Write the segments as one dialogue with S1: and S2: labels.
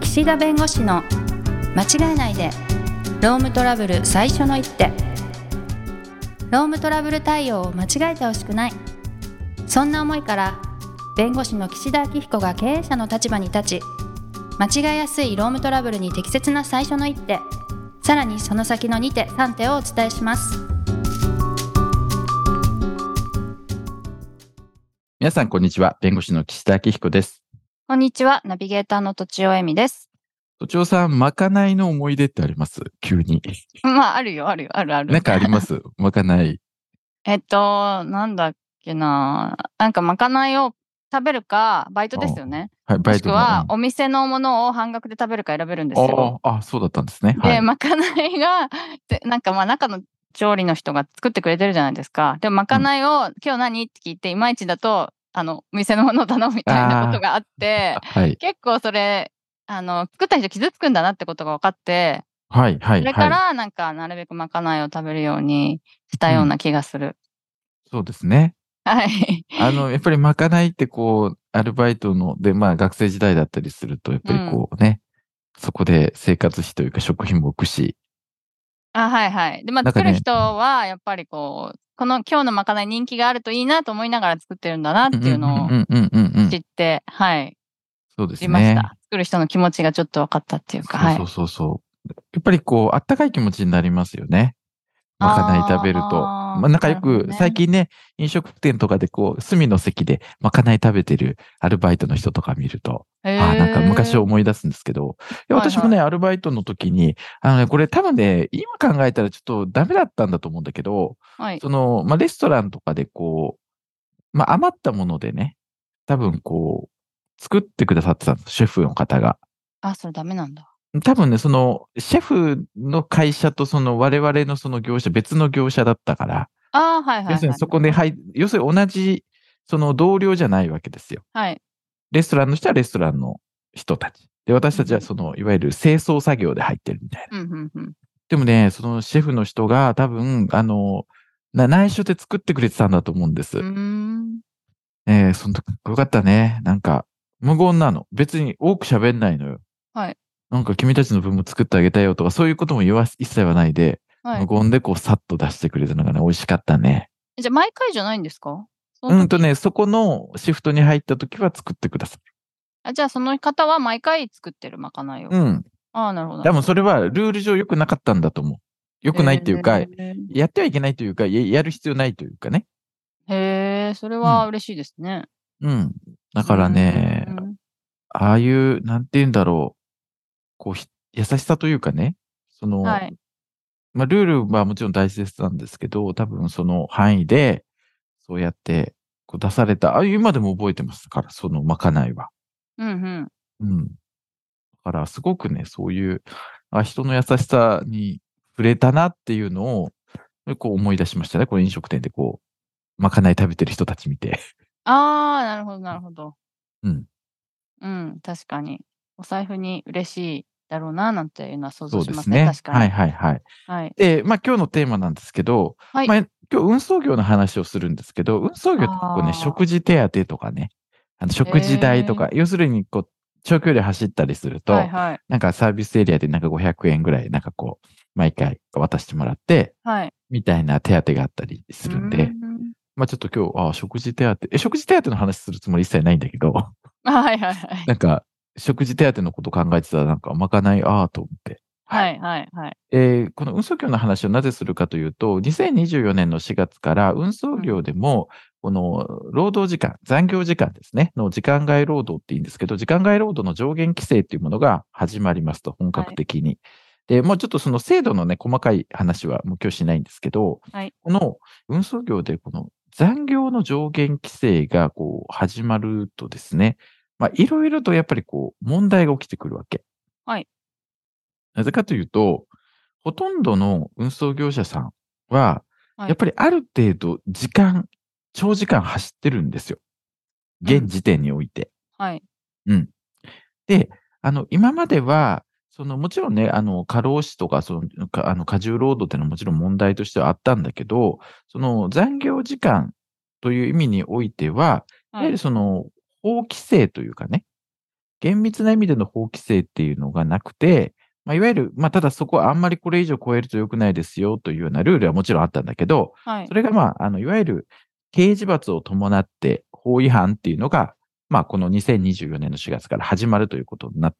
S1: 岸田弁護士の間違えないでロームトラブル最初の一手ロームトラブル対応を間違えてほしくないそんな思いから弁護士の岸田明彦が経営者の立場に立ち間違えやすいロームトラブルに適切な最初の一手さらにその先の2手3手をお伝えします
S2: 皆さん、こんにちは。弁護士の岸田明彦です。
S1: こんにちはナビゲーターのとちおえみです
S2: 都庁さん、まかないの思い出ってあります急に。
S1: まああるよあるよあるある
S2: なんかありますまかない。
S1: えっとなんだっけななんかまかないを食べるかバイトですよね
S2: はい、バ
S1: も
S2: イ
S1: しく
S2: トの
S1: はお店のものを半額で食べるか選べるんですよ。
S2: あーあ、そうだったんですね。は
S1: で、
S2: い。
S1: まかないが、でなんかまあ中の調理の人が作ってくれてるじゃないですか。でもまかないを、今日何って聞いて、いまいちだと、あの、お店のものを頼むみたいなことがあって、
S2: はい。
S1: 結構それ、あの、作った人傷つくんだなってことが分かって、
S2: はい。は
S1: そ
S2: い。
S1: れか
S2: は
S1: らなんかなるべくまかないを食べるようにしたような気がする。
S2: い。そうですね。
S1: はい。
S2: あの、やっぱりまかないってこう、アルバイトの、で、まあ学生時代だったりすると、やっぱりこうね、そこで生活費というか食費も置くし、
S1: あ、はいはい。で、まあ、
S2: なんか
S1: 作
S2: ね
S1: る人は、やっぱりこう、この今日のまかない人気があるといいなと思いながら作ってるんだなっていうのを
S2: うんうんうんうんうん
S1: 知って、はい、
S2: そうです
S1: 知り
S2: ね。
S1: ました。作る人の気持ちがちょっと分かったっていうか、はい
S2: そう。そうそうそう。やっぱりこう、あったかい気持ちになりますよね。まかない食べると。
S1: あー
S2: まあ、なんかよ
S1: なるほ
S2: く
S1: ど、ね
S2: 最近ね、飲食店とかでこう、隅の席でまかない食べてるアルバイトの人とか見ると、
S1: へー
S2: ああ、なんか昔を思い出すんですけど、いや
S1: はいはい
S2: 私もね、アルバイトの時に、あのね、これ多分ね、今考えたらちょっとダメだったんだと思うんだけど、
S1: はい。
S2: その、まあ、レストランとかでこう、まあ、余ったものでね、多分こう、作ってくださってたんです、シェフの方が。
S1: あ、それダメなんだ。
S2: 多分ね、その、シェフの会社とその我々のその業者、別の業者だったから、
S1: あーはいはい、はい。
S2: 要するにそこで、はい、要するに同じ、その同僚じゃないわけですよ。
S1: はい。
S2: レストランの人はレストランの人たち。で、私たちはその、いわゆる清掃作業で入ってるみたいな。
S1: うんうんうん。
S2: でもね、そのシェフの人が多分、あの、な内緒で作ってくれてたんだと思うんです。
S1: うーん。
S2: えーその時かっこよかったね。なんか、無言なの。別に多く喋んないのよ。
S1: はい。
S2: なんか君たちの分も作ってあげたよとか、そういうことも言わす、一切はないで、
S1: は
S2: 無言でこう、さっと出してくれたのがね、美味しかったね。
S1: い。じゃあ、毎回じゃないんですかその
S2: う
S1: 時
S2: んとね、そこのシフトに入った時は作ってくださ
S1: あじゃあ、その方は毎回作ってるまかないを。
S2: い。うん。
S1: ああ、なるほど。
S2: でもそれはルール上良くなかったんだと思う。良くないっていうか、
S1: へー
S2: やってはいけないというか、ややる必要ないというかね。
S1: へえ、それは嬉しいですね。
S2: うん。だからね、
S1: うん
S2: ああいう、なんて言うんだろう、こうひ、優しさというかね、その、
S1: はい
S2: まあ、ルールはもちろん大切なんですけど、多分その範囲で、そうやってこう出された、あ今でも覚えてますから、そのまかないは。
S1: うんうん。
S2: うん。だから、すごくね、そういう、あ人の優しさに触れたなっていうのを、こう思い出しましたね。この飲食店でこう、まかない食べてる人たち見て。
S1: ああ、なるほど、なるほど。
S2: うん。
S1: うん、確かに。お財布に嬉しいだろうな、なんていうのは想
S2: そ
S1: 像
S2: う
S1: し
S2: で
S1: ますすね。
S2: ね。
S1: 確か
S2: はい
S1: に。
S2: はいはい。
S1: はい。
S2: で、まあ今日のテーマなんですけど、
S1: はい
S2: まあ今日運送業の話をするんですけど、運送業って結構
S1: あー
S2: ね、食事手当とかね、あの食事代とか、要するにこう、長距離走ったりすると、
S1: はいはい。
S2: なんかサービスエリアでなんか500円ぐらい、なんかこう、毎回渡してもらって、
S1: はい。
S2: みたいな手当があったりするんで、
S1: うん
S2: まあちょっと今日、ああ、食事手当、え、食事手当の話するつもり一切ないんだけど、
S1: はいはいはい。
S2: なんか、食事手当のこと考えてたら、なんか、まかない、ああ、と思って。
S1: はいはいはい。
S2: えーこの運送業の話をなぜするかというと、2024年の4月から運送業でも、この労働時間、残業時間ですね、の時間外労働っていうんですけど、時間外労働の上限規制というものが始まりますと、本格的に。で、もうちょっとその制度のね、細かい話はもう今日しないんですけど、
S1: はい
S2: この運送業でこの残業の上限規制がこう始まるとですね、まあいろいろとやっぱりこう問題が起きてくるわけ。
S1: はい。
S2: なぜかというと、ほとんどの運送業者さんは、
S1: はい
S2: やっぱりある程度時間、長時間走ってるんですよ。現時点において。
S1: はい。
S2: で、あの、今までは、その、もちろんね、あの、過労死とか、その、かあの、過重労働っていうのはもちろん問題としてはあったんだけど、その、残業時間という意味においては、
S1: はい
S2: やはりその、法規制というかね、厳密な意味での法規制っていうのがなくて、まあ、いわゆる、まあ、ただそこはあんまりこれ以上超えると良くないですよというようなルールはもちろんあったんだけど、
S1: はい
S2: そ。れが、まあ、あの、いわゆる刑事罰を伴って法違反っていうのが、まあ、この2024年の4月から始まるということになっ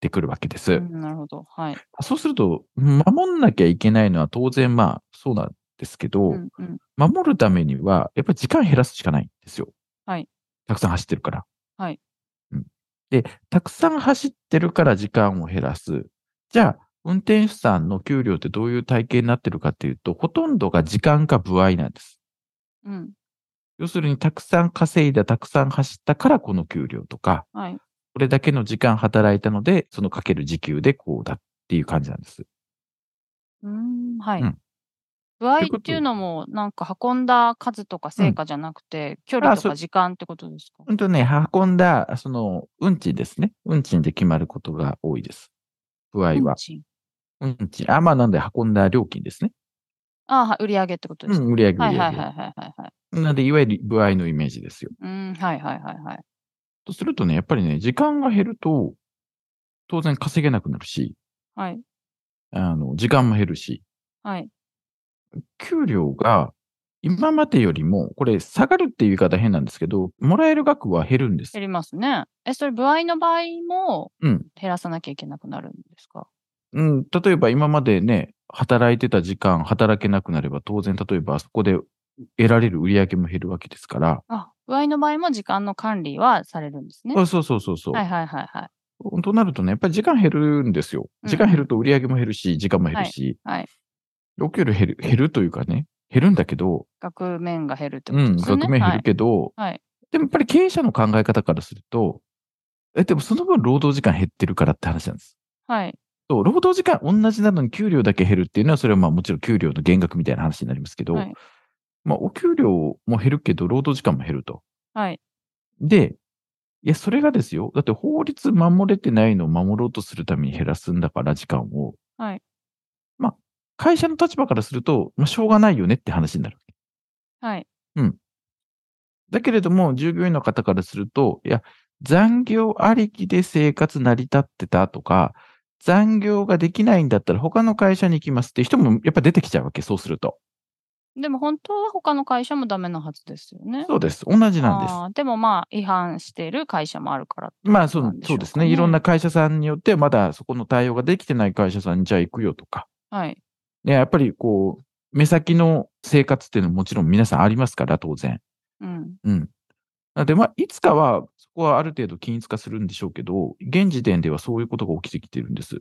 S2: てくるわけです。
S1: うんなるほど。はい。
S2: そうすると、守んなきゃいけないのは当然、まあ、そうなんですけど、
S1: うんうん。
S2: 守るためには、やっぱり時間減らすしかないんですよ。
S1: はい。
S2: たくさん走ってるから。
S1: はい。
S2: うん、で、たくさん走ってるから時間を減らす。じゃあ、運転手さんの給料ってどういう体系になってるかっていうと、ほとんどが時間か部合なんです。
S1: うん。
S2: 要するに、たくさん稼いだ、たくさん走ったからこの給料とか、
S1: はい。
S2: これだけの時間働いたので、そのかける時給でこうだっていう感じなんです。
S1: うーん、はい。
S2: うん
S1: 歩合
S2: ということ
S1: っていうのも、なんか運んだ数とか成果じゃなくて、距
S2: あ
S1: 離と
S2: そ
S1: か
S2: う
S1: 時間ってことですか
S2: うんとね、運んだ、その、運賃ですね。運賃で決まることが多いです。不合
S1: 運
S2: は。
S1: 賃
S2: 運賃。あ、まあなんで運んだ料金ですね。
S1: ああ、はい売り上げってこと
S2: う
S1: ですか、
S2: ん、売り上げ、売
S1: はい
S2: り
S1: は
S2: 上
S1: い
S2: げ。
S1: はいはいはいはい。
S2: なんで、いわゆる不合のイメージですよ。
S1: うーん、はいはいはいはい。
S2: とするとね、やっぱりね、時間が減ると、当然稼げなくなるし、
S1: はい。
S2: あの、時間も減るし、
S1: はい。
S2: 給料が今までよりも、これ下がるっていう言い方変なんですけど、もらえる額は減るんです
S1: 減。りますね。え、それ、歩合の場合も
S2: うん。
S1: 減らさなきゃいけなくなるんですか
S2: うん、例えば今までね、働いてた時間、働けなくなれば、当然、例えばそこで得られる売り上げも減るわけですから、
S1: あ、歩合の場合も時間の管理はされるんですね。
S2: あそうそうそうそう、
S1: はいはいはいはい。
S2: となるとね、やっぱり時間減るんですよ。
S1: うん
S2: 時間減ると売り上げも減るし、時間も減るし、
S1: はいはい
S2: お給料減る減るというかね、減るんだけど、
S1: 額面が減るってこ
S2: う
S1: と
S2: ん、
S1: ですよね。
S2: 額面減
S1: は
S2: る
S1: い。
S2: けど、
S1: はい
S2: でもやっぱり経営者の考え方からすると、え、でもその分労働時間減ってるからって話なんです。
S1: はい。
S2: そう、労働時間同じなのに給料だけ減るっていうのは、それはまあもちろん給料の減額みたいな話になりますけど、
S1: はい
S2: まあお給料も減るけど、労働時間も減ると。
S1: はい。
S2: で、いや、それがですよ。だって法律守れてないのを守ろうとするために減らすんだから、時間を。
S1: はい。
S2: まあ、会社の立場からすると、まあ、しょうがないよねって話になる。
S1: はい。
S2: だけれども、従業員の方からすると、いや、残業ありきで生活成り立ってたとか、残業ができないんだったら他の会社に行きますって人もやっぱ出てきちゃうわけ、そうすると。
S1: でも本当は他の会社もダメなはずですよね。
S2: そうです。同じなんです。
S1: あーでもまあ、違反している会社もあるからって
S2: まあそ
S1: な
S2: うん
S1: でし
S2: そ
S1: ょう
S2: う
S1: か
S2: ですね。
S1: ね
S2: いろんな会社さんによって、まだそこの対応ができてない会社さんにじゃあ行くよとか。
S1: はい。
S2: ね、やっぱりこう、目先の生活っていうのはもちろん皆さんありますから、当然。
S1: うん。
S2: うん。なので、まあ、いつかは、そこはある程度均一化するんでしょうけど、現時点ではそういうことが起きてきてるんです。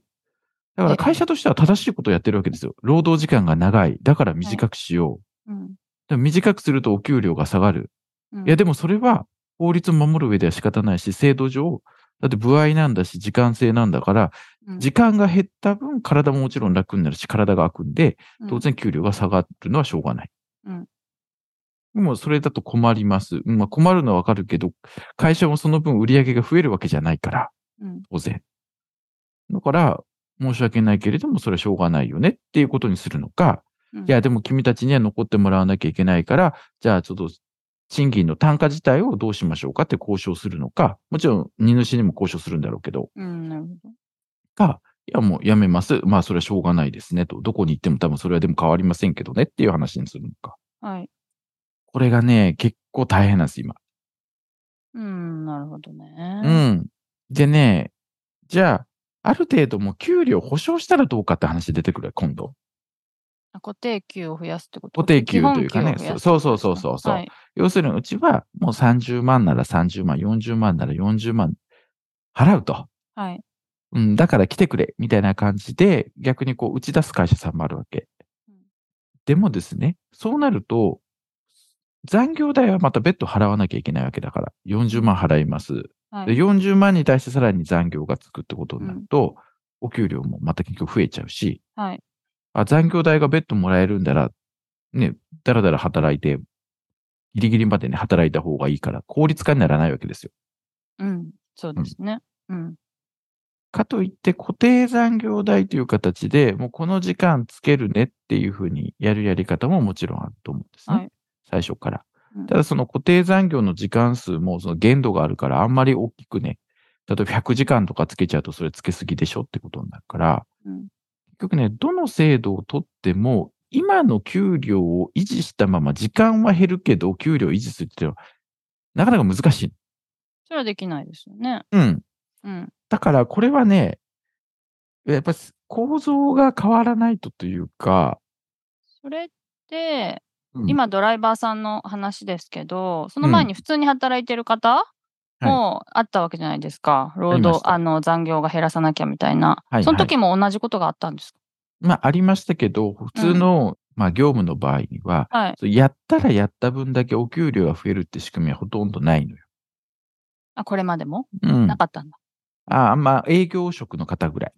S2: だから会社としては正しいことをやってるわけですよ。労働時間が長い。だから短くしよう。
S1: うん。
S2: でも短くするとお給料が下がる。
S1: うん
S2: いや、でもそれは法律を守る上では仕方ないし、制度上、だって部合なんだし、時間制なんだから、
S1: うん
S2: 時間が減った分、体ももちろん楽になるし、体が空くんで、
S1: うん
S2: 当然給料が下がるのはしょうがない。
S1: うん
S2: でもそれだと困ります。うんまあ、困るのはわかるけど、会社もその分売り上げが増えるわけじゃないから、
S1: うん
S2: 当然。だから、申し訳ないけれども、それはしょうがないよねっていうことにするのか、
S1: う
S2: い
S1: ん
S2: や、でも君たちには残ってもらわなきゃいけないから、じゃあちょっと賃金の単価自体をどうしましょうかって交渉するのか、もちろん荷主にも交渉するんだろうけど、
S1: うん、なるほど。
S2: が、いや、もうやめます。まあ、それはしょうがないですね。と。どこに行っても多分それはでも変わりませんけどねっていう話にするのか。
S1: はい。
S2: これがね、結構大変なんです、今。
S1: うん、なるほどね。
S2: うん。でね、じゃあ、ある程度もう給料保証したらどうかって話出てくるよ、今度。
S1: あ固定給を増やすってこと
S2: 固定給というかね。
S1: 基本給を増やす
S2: そうそうそうそうそう、
S1: はい。
S2: 要するに、うちはもう30万なら30万、40万なら40万払うと。
S1: はい。
S2: うん、だから来てくれ、みたいな感じで、逆にこう打ち出す会社さんもあるわけ
S1: うん。
S2: でもですね、そうなると、残業代はまた別途払わなきゃいけないわけだから、40万払います。
S1: は
S2: で
S1: い。
S2: 40万に対してさらに残業がつくってことになると、お給料もまた結局増えちゃうし、
S1: はい。
S2: あ残業代が別途もらえるんだら、ね、だらだら働いて、ギリギリまでね、働いた方がいいから、効率化にならないわけですよ
S1: うん。そうですね。うん。
S2: かといって固定残業代という形で、もうこの時間つけるねっていうふうにやるやり方ももちろんあると思うんですね。
S1: はい
S2: 最初から
S1: うん。
S2: ただその固定残業の時間数もその限度があるからあんまり大きくね、例えば100時間とかつけちゃうとそれつけすぎでしょってことになるから、
S1: うん
S2: 結局ね、どの制度を取っても、今の給料を維持したまま時間は減るけど、給料を維持するっていうのは、なかなか難しい。
S1: それはできないですよね。
S2: うん。
S1: うん。
S2: だからこれはね、やっぱり構造が変わらないとというか、
S1: それって、
S2: うん、
S1: 今ドライバーさんの話ですけど、その前に普通に働いてる方
S2: い
S1: もあったわけじゃないですか。
S2: あ
S1: 労
S2: りまし
S1: 働、
S2: た
S1: あの、残業が減らさなきゃみたいな。
S2: はい
S1: その時も同じことがあったんですか
S2: まあありましたけど、普通の、まあ業務の場合には、
S1: はい。
S2: そうやったらやった分だけお給料が増えるって仕組みはほとんどないのよ。
S1: あ、これまでも、
S2: うん。
S1: な
S2: あ
S1: かったんだ。
S2: あんま営業職の方ぐらい。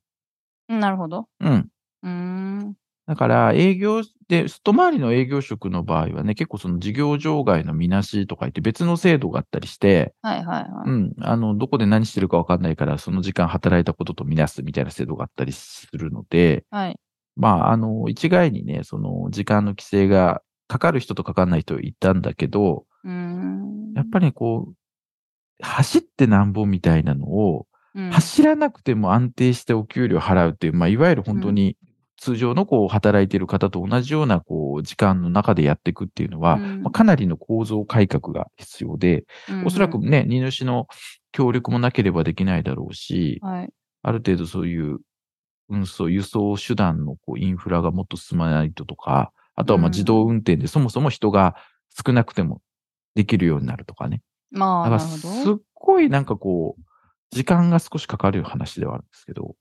S1: うんなるほど。
S2: うん。
S1: うーん。
S2: だから営業で、外回りの営業職の場合はね、結構その事業場外のみなしとか言って別の制度があったりして、
S1: はいはいは
S2: う
S1: い。
S2: ん。あの、どこで何してるかわかんないから、その時間働いたこととみなすみたいな制度があったりするので、
S1: はい。
S2: まあ、あの、一概にね、その時間の規制がかかる人とかかんない人いたんだけど、
S1: うーん。
S2: やっぱりこう、走ってなんぼみたいなのを、
S1: り、うん、
S2: 走らなくても安定してお給料払うっていう、まあ、いわゆる本当に通常のこう、働いている方と同じようなこう、時間の中でやっていくっていうのは、
S1: うん
S2: まあ、かなりの構造改革が必要で、おそらく
S1: うん
S2: ね、荷主の協力もなければできないだろうし、
S1: うん、はい。
S2: ある程度そういう運送、輸送手段のこうインフラがもっと進まないととか、あとはまあ
S1: うん
S2: 自動運転でそもそも人が少なくてもできるようになるとかね。
S1: まあ、
S2: だから
S1: なる
S2: す
S1: ほど。
S2: っごいなんかこう、時間が少しかかる話ではあるんですけど、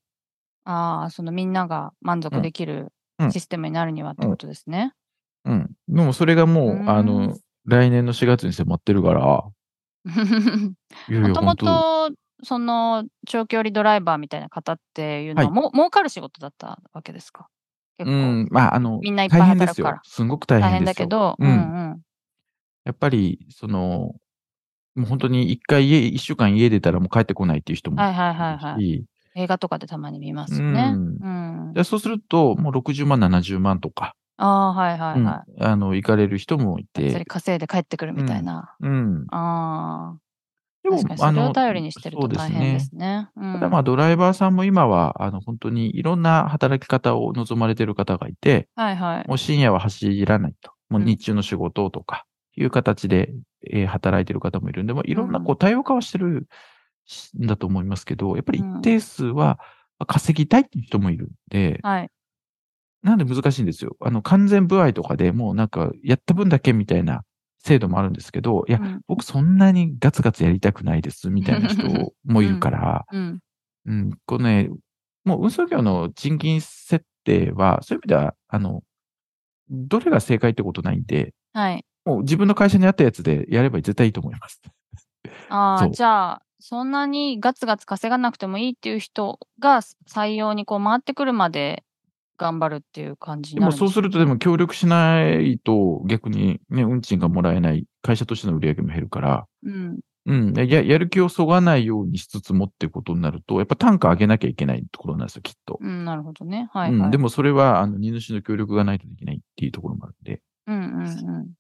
S1: ああ、そのみんなが満
S2: う
S1: 足
S2: ん
S1: できる
S2: うん
S1: システムになるにはってことですね。
S2: うん。でもそれがもう、
S1: うん
S2: あの、来年の4月に迫ってるから、いやい
S1: も
S2: や、
S1: とも
S2: 本当
S1: と、その長距離ドライバーみたいな方っていうのは、
S2: はい
S1: も儲かる仕事だったわけですか結
S2: う
S1: 構、
S2: ん、まあ、あの、
S1: みんないっぱい
S2: 大変で
S1: 働
S2: す
S1: くか
S2: よ
S1: ら。。
S2: すんごく大
S1: 大
S2: 変
S1: 変
S2: で
S1: だ
S2: すよ
S1: け。ど、
S2: う
S1: うんん、うん、
S2: やっぱり、その、もう本当に一回家、一週間家出たらもう帰ってこないっていう人も
S1: はい
S2: る
S1: はいはいはい。
S2: し、
S1: 映画とかでたまに見ますよね。
S2: うん
S1: うん。
S2: でそうすると、もう60万、70万とか、
S1: ああ、はいはいは
S2: うんあの、行かれる人もい
S1: い。がっつり
S2: て、
S1: 稼いで帰ってくるみたいな。
S2: うん。
S1: ああ。
S2: でも
S1: 確かにそれ
S2: あ
S1: を
S2: の
S1: 頼りにしてる
S2: そ
S1: と
S2: うです
S1: 大
S2: ね
S1: 変ですね。うん
S2: ただまあドライバーさんも今は、あの本当にいろんな働き方を望まれてる方がいて、
S1: はいはい。
S2: もう深夜は走らないと、もう
S1: うん
S2: 日中の仕事とかいう形で、えー働いてる方もいるんで、もういろんなこう多様化はしてるしんだと思いますけど、やっぱり一定数は稼ぎたいっていう人もいるんで、
S1: はい。
S2: なんで難しいんですよ。あの完全不合とかでもうなんかやった分だけみたいな制度もあるんですけど、いや、
S1: うん
S2: 僕そんなにガツガツやりたくないですみたいな人もいるから、
S1: うん。
S2: うん、このね、もう運送業の賃金設定は、そういう意味では、あの、どれが正解ってことないんで、
S1: はい。
S2: もう自分の会社にあったやつでやれば絶対いいと思います。
S1: あ
S2: そ
S1: あ、
S2: う
S1: じゃあ、そんなにガツガツ稼がなくてもいいっていう人が採用にこう回ってくるまで頑張るっていう感じ
S2: で
S1: にな
S2: も
S1: るんで
S2: そうすると、でも協力しないと逆にね、運賃がもらえない、会社としての売り上げも減るから、
S1: うん。
S2: うん、ややる気をそがないようにしつつもっていうことになると、やっぱ単価上げなきゃいけないところなんですよ、きっと。
S1: うん、なるほどね。はい、はい。
S2: うん、で
S1: も、
S2: もそれは、あの、荷主の協力がないとできないっていうところもあるんで。
S1: うんうんうん
S2: うん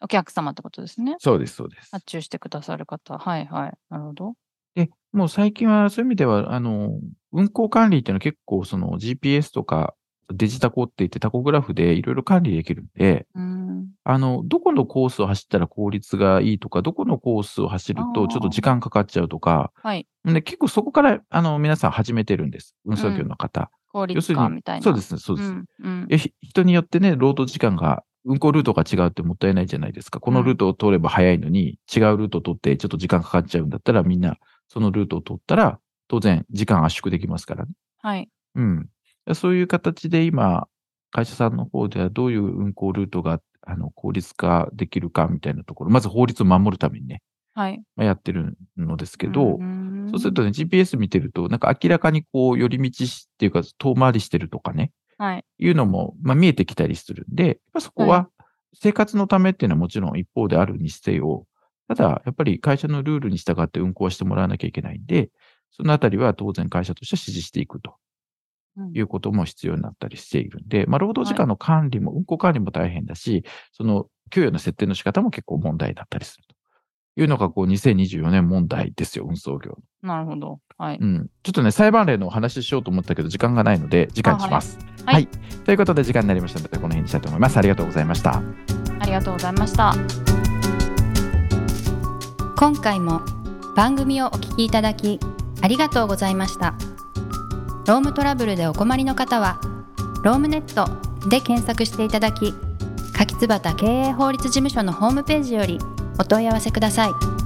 S1: お客様ってことですね。
S2: そうです、そうです。
S1: 発注してくださる方。はいはい。なるほど。
S2: で、もう最近はそういう意味では、あの、運行管理っていうのは結構その GPS とかデジタコって言ってタコグラフでいろいろ管理できるんで、
S1: うん。
S2: あの、どこのコースを走ったら効率がいいとか、どこのコースを走る
S1: あ
S2: と
S1: ー
S2: ちょっと時間かかっちゃうとか、
S1: はい。
S2: で結構そこから、あの、皆さん始めてるんです。運送業の方。
S1: 効
S2: 要
S1: 率
S2: する
S1: 化
S2: に
S1: みたい、な。
S2: そうですね、そうです
S1: う。ん。うん。
S2: えひ人によってね、労働時間が、運行ルートが違うってもったいないじゃないですか。このルートを通れば早いのに、違うルートを取ってちょっと時間かかっちゃうんだったら、みんなそのルートを取ったら、当然時間圧縮できますからね。
S1: はい。
S2: うん。そういう形で今、会社さんの方ではどういう運行ルートがあの効率化できるかみたいなところ、まず法律を守るためにね、
S1: はい。
S2: まあやってるのですけど、
S1: ん
S2: そうするとね、GPS 見てると、なんか明らかにこう、寄り道しっていうか、遠回りしてるとかね、
S1: はい。
S2: いうのも、まあ、見えてきたりするんで、まあ、そこは生活のためっていうのはもちろん一方であるにせよ、ただ、やっぱり会社のルールに従って運行はしてもらわなきゃいけないんで、そのあたりは当然会社として指示していくと
S1: うん
S2: いうことも必要になったりしているんで、まあ、労働時間の管理も、運行管理も大変だし、その給与の設定の仕方も結構問題だったりするというのが、こう、2024年問題ですよ、運送業。
S1: なるほど。はい。
S2: うん。ちょっとね、裁判例のお話ししようと思ったけど、時間がないので、次回にします。
S1: あはい
S2: ということで、時間になりましたので、この辺にしたいと思います。ありがとうございました。
S1: ありがとうございました。
S3: 今回も番組をお聞きいただきありがとうございましたロームトラブルでお困りの方はロームネットで検索していただき柿椿経営法律事務所のホームページよりお問い合わせください